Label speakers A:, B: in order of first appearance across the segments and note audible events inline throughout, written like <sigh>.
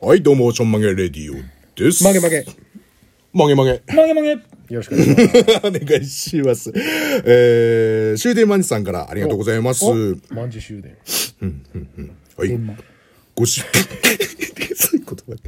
A: はい、どうも、ちょんまげレディオです。
B: 曲げ曲げ。
A: 曲げ曲 <laughs> げ。
B: 曲げ曲げ。よろしくお願いします。
A: お願いします。えー、終電マニさんからありがとうございます。
B: お万事終電。
A: はい。ごし、 <laughs> そういうことだけ。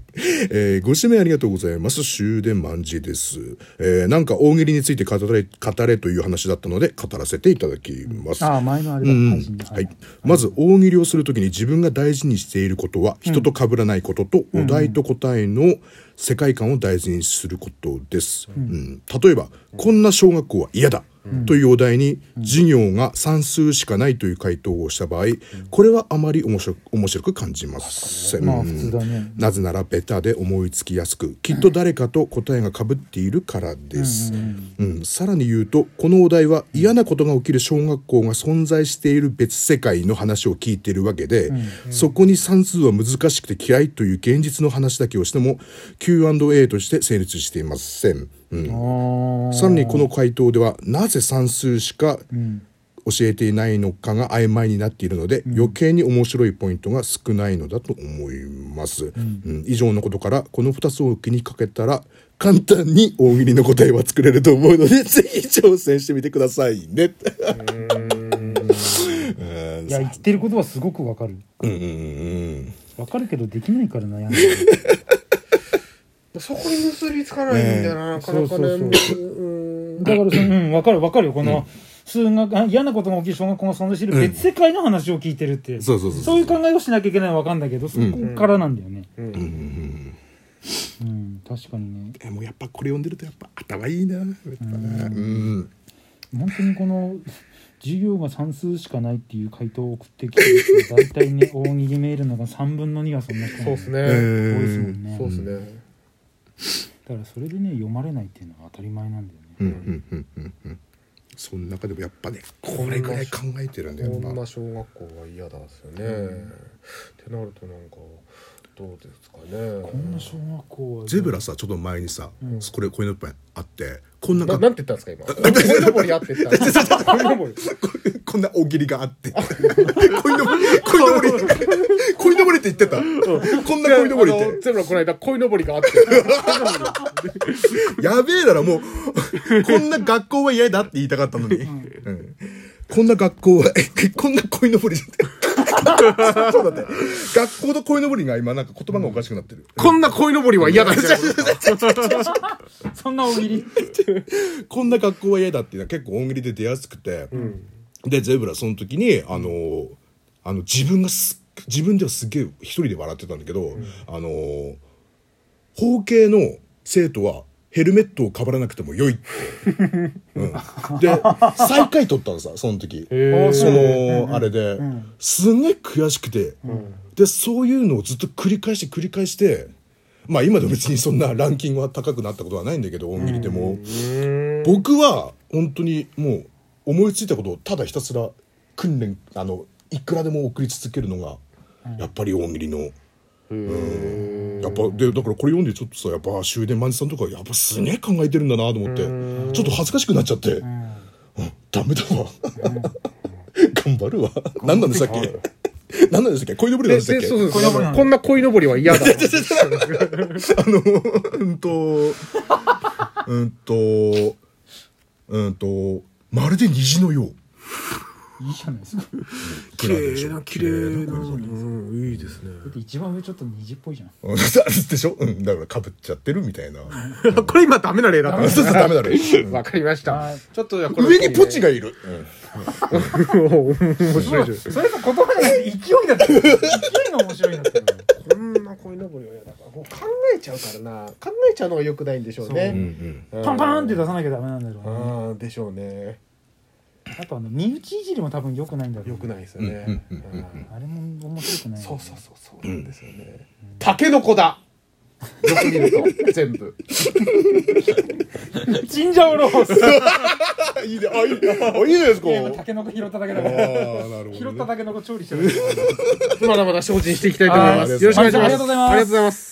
A: えー、ご指名ありがとうございます。終電まんじです。えー、なんか大喜利について語れ、語れという話だったので、語らせていただきます。
C: ああ、前のあれだ、配信だ。は
A: はいい。、まず大喜利をするときに自分が大事にしていることは人と被らないこととお題と答えの世界観を大事にすることです、うん例えば「こんな小学校は嫌だ」というお題に授業が算数しかないという回答をした場合これはあまり面白く面白く感じません、
C: まあ、普通だね。
A: なぜならベタで思いつきやすくきっと誰かと答えがかぶっているからです、うんさらに言うとこのお題は嫌なことが起きる小学校が存在している別世界の話を聞いているわけで、そこに算数は難しくて嫌いという現実の話だけをしても Q&A として成立していません、うん
C: あ
A: さらにこの回答ではなぜ算数しか教えていないのかが曖昧になっているので、余計に面白いポイントが少ないのだと思います、うん以上のことからこの2つを気にかけたら簡単に大喜利の答えは作れると思うのでぜひ挑戦してみてくださいね。
C: あ。いや、言ってることはすごくわかる。
A: うんうんうん
C: わかるけど、できないから悩んでる。
B: そこに結びつかないんだよな、なかなか
C: そ
B: ね。
C: ううそう
B: ーん
C: だからその、うん、わかるわかるよ。この、数学、あ嫌なことが起きる小学校が存在してる別世界の話を聞いてるって。
A: そうそうそうそう
C: そういう考えをしなきゃいけないのはわかんだけど、そこからなんだよね。うん、確かにね。
A: えもうやっぱこれ読んでるとやっぱ頭いいなやっぱなうん
C: 本当にこの授業が算数しかないっていう回答を送ってきてる人大体ね大喜利メールのが3分の2がそんな人
B: そうっす
C: ね
B: ね。
C: 多
A: え
C: いですもんね
B: そうっすね。
C: だからそれでね読まれないっていうのは当たり前なんだよね、
A: うんうんうんうんうんその中でもやっぱねこれぐらい考えてるんだよ
B: こ
A: なん
B: な小学校は嫌だですよね。ってなるとなんかどうですか
C: こんな
B: ね。
C: 小学校は
A: ゼブラさちょっと前にさ、これこういうのいっぱいあってこんな
B: な
A: か
B: なんて言ったんですか今。こいのぼりあって言った。こいのぼり。
A: <laughs> こんな大喜利があって <laughs> こいのぼりこいのぼ <laughs> りこいのぼりって言ってたこんなこいのぼりっ
B: あの
A: て
B: ゼブラこの間こいのぼりがあって。
A: やべえだろも <laughs> うこんな学校は嫌だって言いたかったのに、うんこんな学校はえこんなこい <laughs> のぼりそうだって学校とこいのぼりが今なんか言葉がおかしくなってる、
B: こんなこいのぼりは嫌だみたいなことですか。
C: そんな大喜利
A: こんな学校は嫌だっていうのは結構大喜利で出やすくて、でゼブラその時にあのーあの自分がす自分ではすげえ一人で笑ってたんだけど、あのー法系の生徒はヘルメットをかぶらなくても良いって、うん、 <laughs> で最下位取ったのさその時
B: へー
A: そのあれで、すんげえ悔しくて、でそういうのをずっと繰り返して繰り返してまあ今でも別にそんなランキングは高くなったことはないんだけど大喜利でも。僕は本当にもう思いついたことをただひたすら訓練あのいくらでも送り続けるのがやっぱり大喜利の、うん、やっぱでだからこれ読んでちょっとさやっぱ終電マンジさんとかやっぱすげえ考えてるんだなと思ってちょっと恥ずかしくなっちゃって、うん、ダメだわ頑張るわ何なんでしたっけ何なんでしたっけ恋のぼりなんで
B: で
A: した
B: で
A: っけ
B: そうそう
C: こいのぼりな
B: そ
C: んだ
B: うこんなこいのぼりは嫌だ。
A: あの、うんと、うんと、うんと、まるで虹のよう。
C: いいじゃないですかだ
A: 綺麗な、綺麗な。
B: うんいいですね。
C: って一番上ちょっと虹っぽいじゃん
A: うんでしょうん、だから被っちゃってるみたいな。
B: これ今ダメな例だった
A: あそうそう、ダメ <laughs> だね。
B: わかりました
C: はい。
B: ちょっとじゃあこれ
A: 上にポチがいる。
B: 面白いじゃん。
C: それが言葉じゃなくて勢いだった勢いが面白いんだったよ
B: こんなこいのぼりは嫌だからもう考えちゃうからな考えちゃうのがよくないんでしょう
A: うんう
B: ね
A: ん
B: パ
C: パンパンって
B: だ
C: 出さなきゃダメなんだろうね
B: あーでしょうね
C: あとあの身内いじりも多分良くないんだろう
B: よくないですよね
A: うんうんうん
B: うん
C: あれも面白くない
B: そうそうそうそうなんですよねタケノコだよく見ると全部
C: うチンジャオロース
A: あ、いいね。あ、いいね。あ、いいじゃないですか。
C: いや今タケノコ拾っただけだか
A: あ
C: ら
A: ーなるほ
C: 拾
A: ど
C: っ
A: ね
C: たタケノコ調理してる
B: まだまだ精進していきたいと思いま
A: は
B: す
A: い
B: よろしくお願いします
C: ありがとうございます
B: ありがとうございます